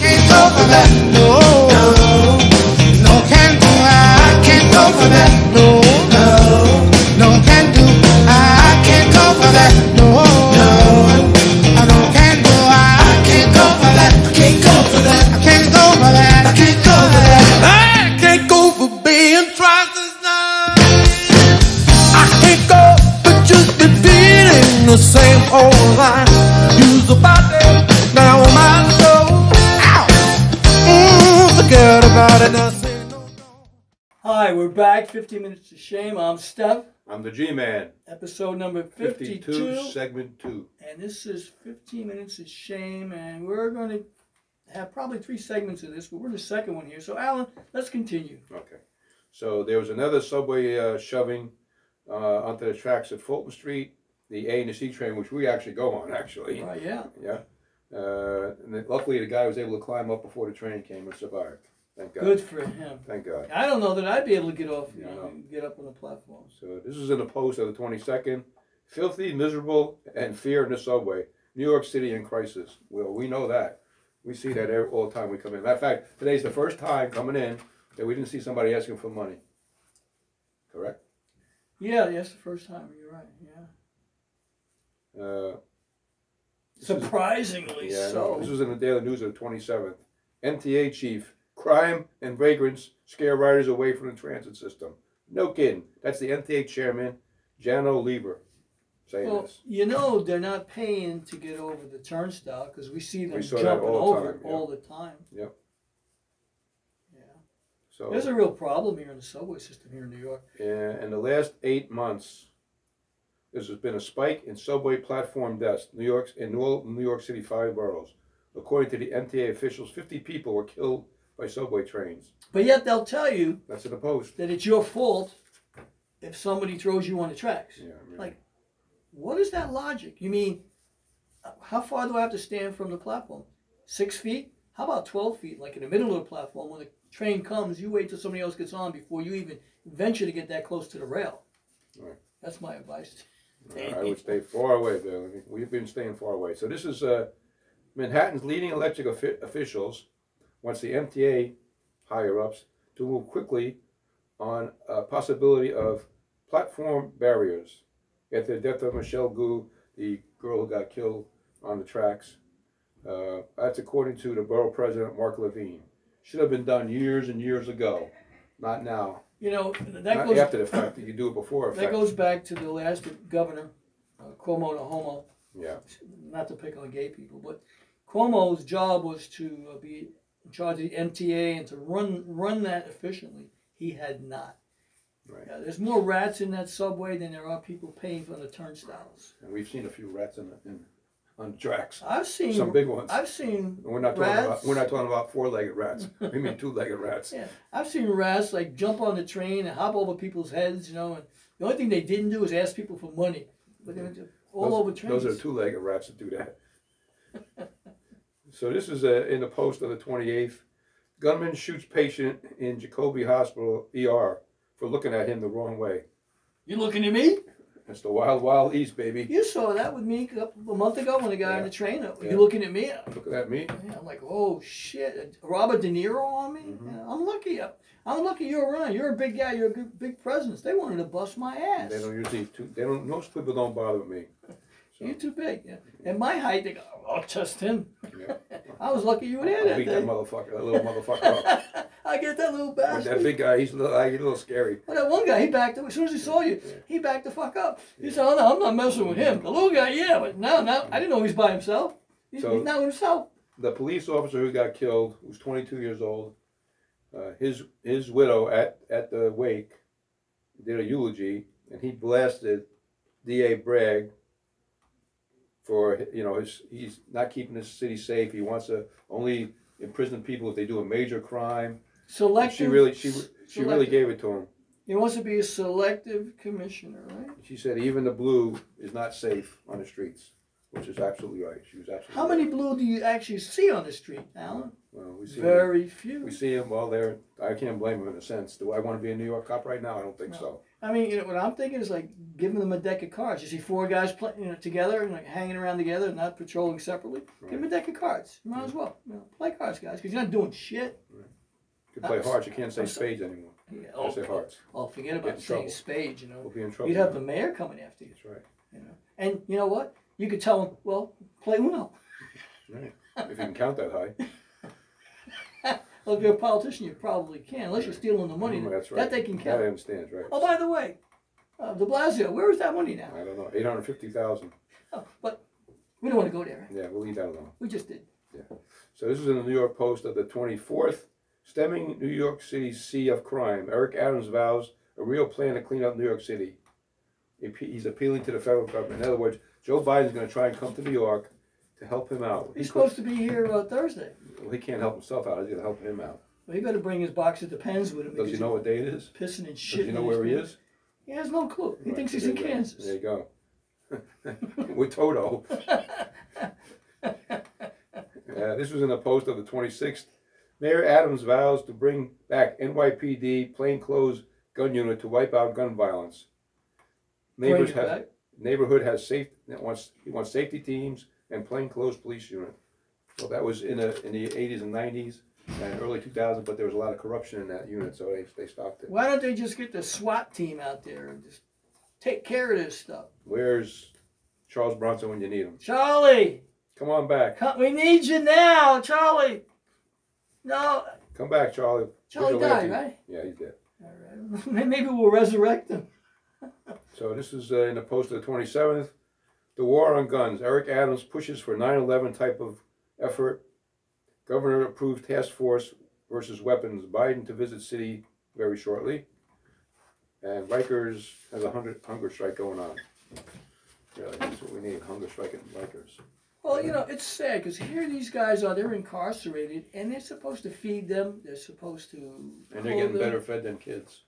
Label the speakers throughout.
Speaker 1: for that. No, no, can't do. I can't go for that. No, no, no, can't do. I can't go for that. No, no, no, can't do. I can't go for that. I can't go for that. I can't go for that. I can't go for that. I can't go for being trusted. I can't go, but just repeating the same old line. Use the body, now my soul. Ow! Mm, forget about it now. Say no.
Speaker 2: Hi, we're back. 15 Minutes to Shame. I'm Steph.
Speaker 3: I'm the G-Man.
Speaker 2: Episode number 52.
Speaker 3: 52, segment two.
Speaker 2: And this is 15 Minutes of Shame. And we're going to have probably three segments of this, but we're the second one here. So, Alan, let's continue.
Speaker 3: Okay. So there was another subway uh, shoving uh, onto the tracks at Fulton Street, the A and the C train, which we actually go on, actually.
Speaker 2: Right, yeah.
Speaker 3: Yeah. Uh, and then luckily, the guy was able to climb up before the train came and survived. Thank God.
Speaker 2: Good for him.
Speaker 3: Thank God.
Speaker 2: I don't know that I'd be able to get off, you know,
Speaker 3: No.
Speaker 2: get up on the platform.
Speaker 3: So this is in the post of the 22nd. Filthy, miserable, and fear in the subway. New York City in crisis. Well, we know that. We see that every, all the time we come in. Matter of fact, today's the first time coming in that we didn't see somebody asking for money. Correct?
Speaker 2: Yeah, that's the first time. You're right. Yeah.
Speaker 3: Uh,
Speaker 2: Surprisingly
Speaker 3: yeah, no,
Speaker 2: so.
Speaker 3: this was in the Daily News of the 27th. MTA chief, crime and vagrants scare riders away from the transit system. No kidding. That's the MTA chairman, Jan Lieber, saying
Speaker 2: Well,
Speaker 3: this.
Speaker 2: you know they're not paying to get over the turnstile because we see them
Speaker 3: We saw that
Speaker 2: jumping
Speaker 3: all the
Speaker 2: over
Speaker 3: time,
Speaker 2: it
Speaker 3: yeah.
Speaker 2: all the time.
Speaker 3: Yep.
Speaker 2: Yeah.
Speaker 3: So
Speaker 2: There's a real problem here in the subway system here in New York.
Speaker 3: Yeah, in the last eight months, there's been a spike in subway platform deaths. New York's in all New York City five boroughs, according to the MTA officials, 50 people were killed by subway trains.
Speaker 2: But yet they'll tell you
Speaker 3: That's in the post.
Speaker 2: that it's your fault if somebody throws you on the tracks.
Speaker 3: Yeah, I mean,
Speaker 2: Like, what is that logic? You mean, uh, how far do I have to stand from the platform? Six feet? How about 12 feet? Like in the middle of the platform, when the train comes, you wait till somebody else gets on before you even venture to get that close to the rail.
Speaker 3: Right.
Speaker 2: That's my advice.
Speaker 3: I would stay far away. Bill. We've been staying far away. So this is uh, Manhattan's leading electric offi- officials wants the MTA higher ups to move quickly on a possibility of platform barriers. At the death of Michelle Gu, the girl who got killed on the tracks, uh, that's according to the borough president Mark Levine. Should have been done years and years ago, not now.
Speaker 2: You know, that
Speaker 3: not
Speaker 2: goes,
Speaker 3: after the fact. You do it before.
Speaker 2: that
Speaker 3: Effect.
Speaker 2: goes back to the last governor, uh, Cuomo to Homo.
Speaker 3: yeah.
Speaker 2: not to pick on gay people, but Cuomo's job was to uh, be in charge of the MTA and to run run that efficiently. He had not.
Speaker 3: Right.
Speaker 2: Yeah, there's more rats in that subway than there are people paying for the turnstiles.
Speaker 3: And we've seen a few rats in, in on tracks.
Speaker 2: I've seen
Speaker 3: Some big ones.
Speaker 2: I've seen
Speaker 3: We're not talking
Speaker 2: rats.
Speaker 3: about we're not talking about four legged rats. we mean two legged rats.
Speaker 2: Yeah, I've seen rats like jump on the train and hop over people's heads. You know, and the only thing they didn't do is ask people for money. But they were just all
Speaker 3: those,
Speaker 2: over trains.
Speaker 3: Those are two legged rats that do that. so this is uh in the post of the twenty eighth. Gunman shoots patient in Jacoby Hospital ER for looking at him the wrong way.
Speaker 2: you looking at me?
Speaker 3: It's the wild wild east, baby.
Speaker 2: You saw that with me a couple- a month ago when the guy on
Speaker 3: Yeah.
Speaker 2: the train. uh,
Speaker 3: Yeah.
Speaker 2: You looking at me?
Speaker 3: Looking at me.
Speaker 2: Yeah, I'm like, oh shit, Robert De Niro on me.
Speaker 3: Mm-hmm.
Speaker 2: Yeah, I'm lucky. uh, I'm lucky you're around. You're a big guy. You're a good, big presence. They wanted to bust my ass.
Speaker 3: They don't usually too, they don't most people don't bother with me.
Speaker 2: You're too big. Yeah. At my height, they go, I'll test him.
Speaker 3: Yeah.
Speaker 2: I was lucky you were there
Speaker 3: I
Speaker 2: that
Speaker 3: beat that
Speaker 2: day.
Speaker 3: motherfucker, that little motherfucker up.
Speaker 2: I get that little
Speaker 3: But that
Speaker 2: bastard.
Speaker 3: big guy, he's a little, he's a little scary.
Speaker 2: Well, that one guy, he backed up. As soon as he saw you, he backed the fuck up. He said, oh no, I'm not messing with him. The little guy, yeah, but no, no, I didn't know he was by himself. He's,
Speaker 3: So-
Speaker 2: he's not himself.
Speaker 3: the police officer who got killed was 22 years old. Uh, his his widow at at the wake did a eulogy, and he blasted D.A. Bragg for you know his, he's not keeping his city safe. He wants to only imprison people if they do a major crime. And
Speaker 2: Selective.
Speaker 3: she really she she really
Speaker 2: selective.
Speaker 3: gave it to him.
Speaker 2: He wants to be a selective commissioner, right?
Speaker 3: She said even the blue is not safe on the streets. which is absolutely right. She was absolutely.
Speaker 2: How
Speaker 3: right.
Speaker 2: many blue do you actually see on the street, Alan?
Speaker 3: Well, we see them.
Speaker 2: Very few.
Speaker 3: We see them. Well, they're. I can't blame them in a sense. Do I want to be a New York cop right now? I don't think
Speaker 2: No.
Speaker 3: so.
Speaker 2: I mean, you know, what I'm thinking is like giving them a deck of cards. You see four guys play, you know, together and like hanging around together, not patrolling separately. Give them a deck of cards. You might as well you know, play cards, guys, because you're not doing shit.
Speaker 3: You can play
Speaker 2: Uh,
Speaker 3: hearts. You can't say
Speaker 2: I'm so-
Speaker 3: spades anymore.
Speaker 2: Yeah,
Speaker 3: You say hearts.
Speaker 2: oh, forget
Speaker 3: Get in
Speaker 2: about
Speaker 3: trouble.
Speaker 2: saying spades. You know,
Speaker 3: We'll be in trouble.
Speaker 2: you'd have the mayor coming after you.
Speaker 3: That's right.
Speaker 2: You know, and you know what? You could tell them, well, play Uno.
Speaker 3: Right. If you can count that high.
Speaker 2: Well, if you're a politician, you probably can, unless you're stealing the money.
Speaker 3: Mm, That's right.
Speaker 2: That they can
Speaker 3: That I
Speaker 2: count.
Speaker 3: understand, right?
Speaker 2: Oh, by the way, uh, De Blasio, where is that money now?
Speaker 3: I don't know. Eight hundred fifty thousand.
Speaker 2: Oh, but we don't want to go there.
Speaker 3: Yeah, we'll leave that alone.
Speaker 2: We just did.
Speaker 3: So this is in the New York Post of the 24th. Stemming New York City's sea of crime, Eric Adams vows a real plan to clean up New York City. Appe- He's appealing to the federal government. In other words, Joe Biden's going to try and come to New York to help him out.
Speaker 2: He's supposed to be here uh, Thursday.
Speaker 3: well, he can't help himself out. He's going to help him out.
Speaker 2: Well, he better bring his box of Depends with him.
Speaker 3: Does he
Speaker 2: because
Speaker 3: know what day it is?
Speaker 2: he's pissing and shit.
Speaker 3: Does he know where he is?
Speaker 2: He has no clue. He
Speaker 3: Right,
Speaker 2: thinks
Speaker 3: so
Speaker 2: he's in
Speaker 3: there you go. There
Speaker 2: Kansas.
Speaker 3: you go. With Toto. Uh, this was in the post of the 26th. Mayor Adams vows to bring back NYPD plainclothes gun unit to wipe out gun violence. Neighbors
Speaker 2: Bring it
Speaker 3: have,
Speaker 2: back.
Speaker 3: neighborhood has safe, that wants, he wants safety teams and plainclothes police unit. Well, that was in the, in the 80s and 90s and early 2000s, but there was a lot of corruption in that unit, so they, they stopped it.
Speaker 2: Why don't they just get the SWAT team out there and just take care of this stuff?
Speaker 3: Where's Charles Bronson when you need him?
Speaker 2: Charlie,
Speaker 3: Come on back.
Speaker 2: come, we need you now, Charlie. No,
Speaker 3: Come back, Charlie.
Speaker 2: Charlie
Speaker 3: Vigilante.
Speaker 2: died, right?
Speaker 3: Yeah, he's dead.
Speaker 2: All right. Maybe we'll resurrect him.
Speaker 3: So this is uh, in the post of the 27th. The war on guns. Eric Adams pushes for 9/11 type of effort. Governor approved task force versus weapons. Biden to visit city very shortly. And Rikers has a hundred hunger strike going on. Really, that's what we need. Hunger strike at Rikers.
Speaker 2: Well, you know, it's sad because here these guys are, they're incarcerated and they're supposed to feed them, they're supposed to.
Speaker 3: And they're
Speaker 2: clothe
Speaker 3: getting
Speaker 2: them.
Speaker 3: better fed than kids.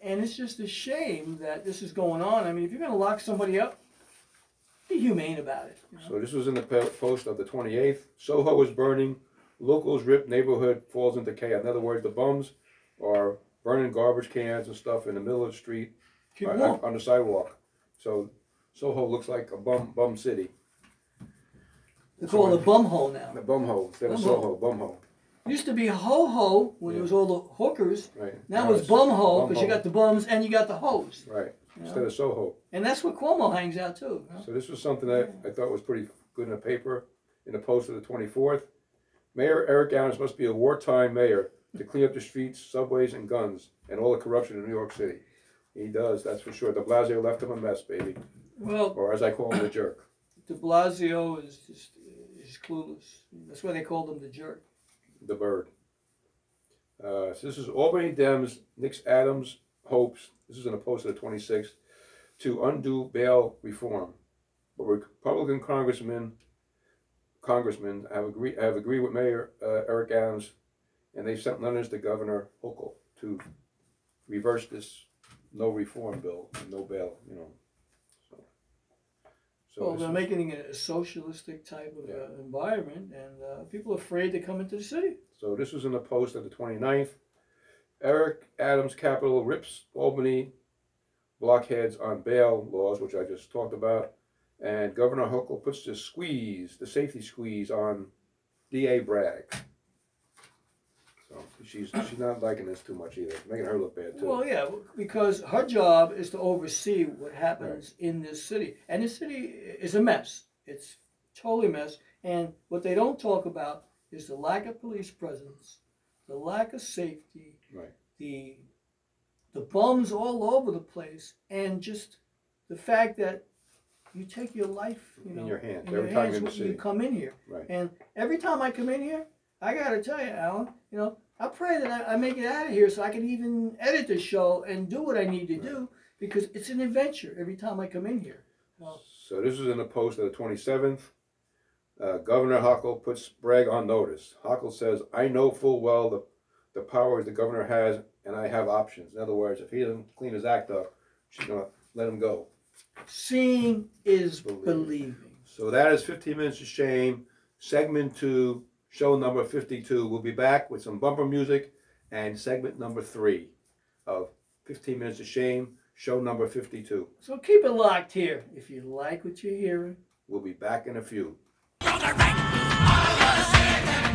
Speaker 2: And it's just a shame that this is going on. I mean, if you're going to lock somebody up, be humane about it. you know?
Speaker 3: So this was in the po- post of the 28th. Soho is burning. Locals rip neighborhood falls into chaos. In other words, the bums are burning garbage cans and stuff in the middle of the street
Speaker 2: Keep
Speaker 3: on-
Speaker 2: warm.
Speaker 3: on the sidewalk. So Soho looks like a bum bum city.
Speaker 2: They call it a bum hole now.
Speaker 3: The bum hole instead of
Speaker 2: Bumhole.
Speaker 3: Soho. Bum hole.
Speaker 2: Used to be ho ho when
Speaker 3: Yeah.
Speaker 2: it was all the hookers.
Speaker 3: Right.
Speaker 2: Now it's bum hole because you
Speaker 3: bumhole.
Speaker 2: got the bums and you got the hoes.
Speaker 3: Right. Instead of Soho.
Speaker 2: And that's where Cuomo hangs out too. you know?
Speaker 3: So this was something that I thought was pretty good in the paper, in the post of the twenty-fourth. Mayor Eric Adams must be a wartime mayor to clean up the streets, subways, and guns, and all the corruption in New York City. He does, that's for sure. De Blasio left him a mess, baby,
Speaker 2: Well,
Speaker 3: or as I call him, the jerk.
Speaker 2: de Blasio is just is clueless. That's why they called him the jerk.
Speaker 3: the bird. Uh, so this is Albany Dems, Nix Adams hopes, this is in a post of the 26th, to undo bail reform. But Republican congressmen, congressmen have agreed, have agreed with Mayor uh, Eric Adams, and they sent letters to Governor Hochul to reverse this no reform bill, no bail, you know. So, so
Speaker 2: well,
Speaker 3: this
Speaker 2: they're
Speaker 3: is-
Speaker 2: making it a socialistic type of uh, environment, and uh, people are afraid to come into the city.
Speaker 3: So this was in the post of the 29th. Eric Adams Capital rips Albany blockheads on bail laws, which I just talked about. And Governor Huckle puts the squeeze, the safety squeeze on DA Bragg. So she's she's not liking this too much either, making her look bad too.
Speaker 2: Well, yeah, because her job is to oversee what happens in this city, and this city is a mess. It's totally a mess, and what they don't talk about is the lack of police presence, the lack of safety,
Speaker 3: Right.
Speaker 2: the the bums all over the place, and just the fact that you take your life, you
Speaker 3: In
Speaker 2: know,
Speaker 3: your hands,
Speaker 2: in your
Speaker 3: every time
Speaker 2: hands
Speaker 3: you're in the
Speaker 2: when you
Speaker 3: city.
Speaker 2: come in here.
Speaker 3: Right.
Speaker 2: And every time I come in here, I gotta tell you, Alan, you know, I pray that I, I make it out of here so I can even edit the show and do what I need to do because it's an adventure every time I come in here.
Speaker 3: So this is in the post of the 27th. Uh, governor Huckle puts Bragg on notice. Huckle says, "I know full well the the powers the governor has, and I have options." In other words, if he doesn't clean his act up, she's gonna let him go.
Speaker 2: Seeing is
Speaker 3: Believe.
Speaker 2: believing.
Speaker 3: So that is 15 Minutes of Shame, segment two, show number 52. We'll be back with some bumper music and segment number three of 15 Minutes of Shame, show number 52.
Speaker 2: So keep it locked here. If you like what you're hearing,
Speaker 3: We'll be back in a few.
Speaker 4: All the right, all the same.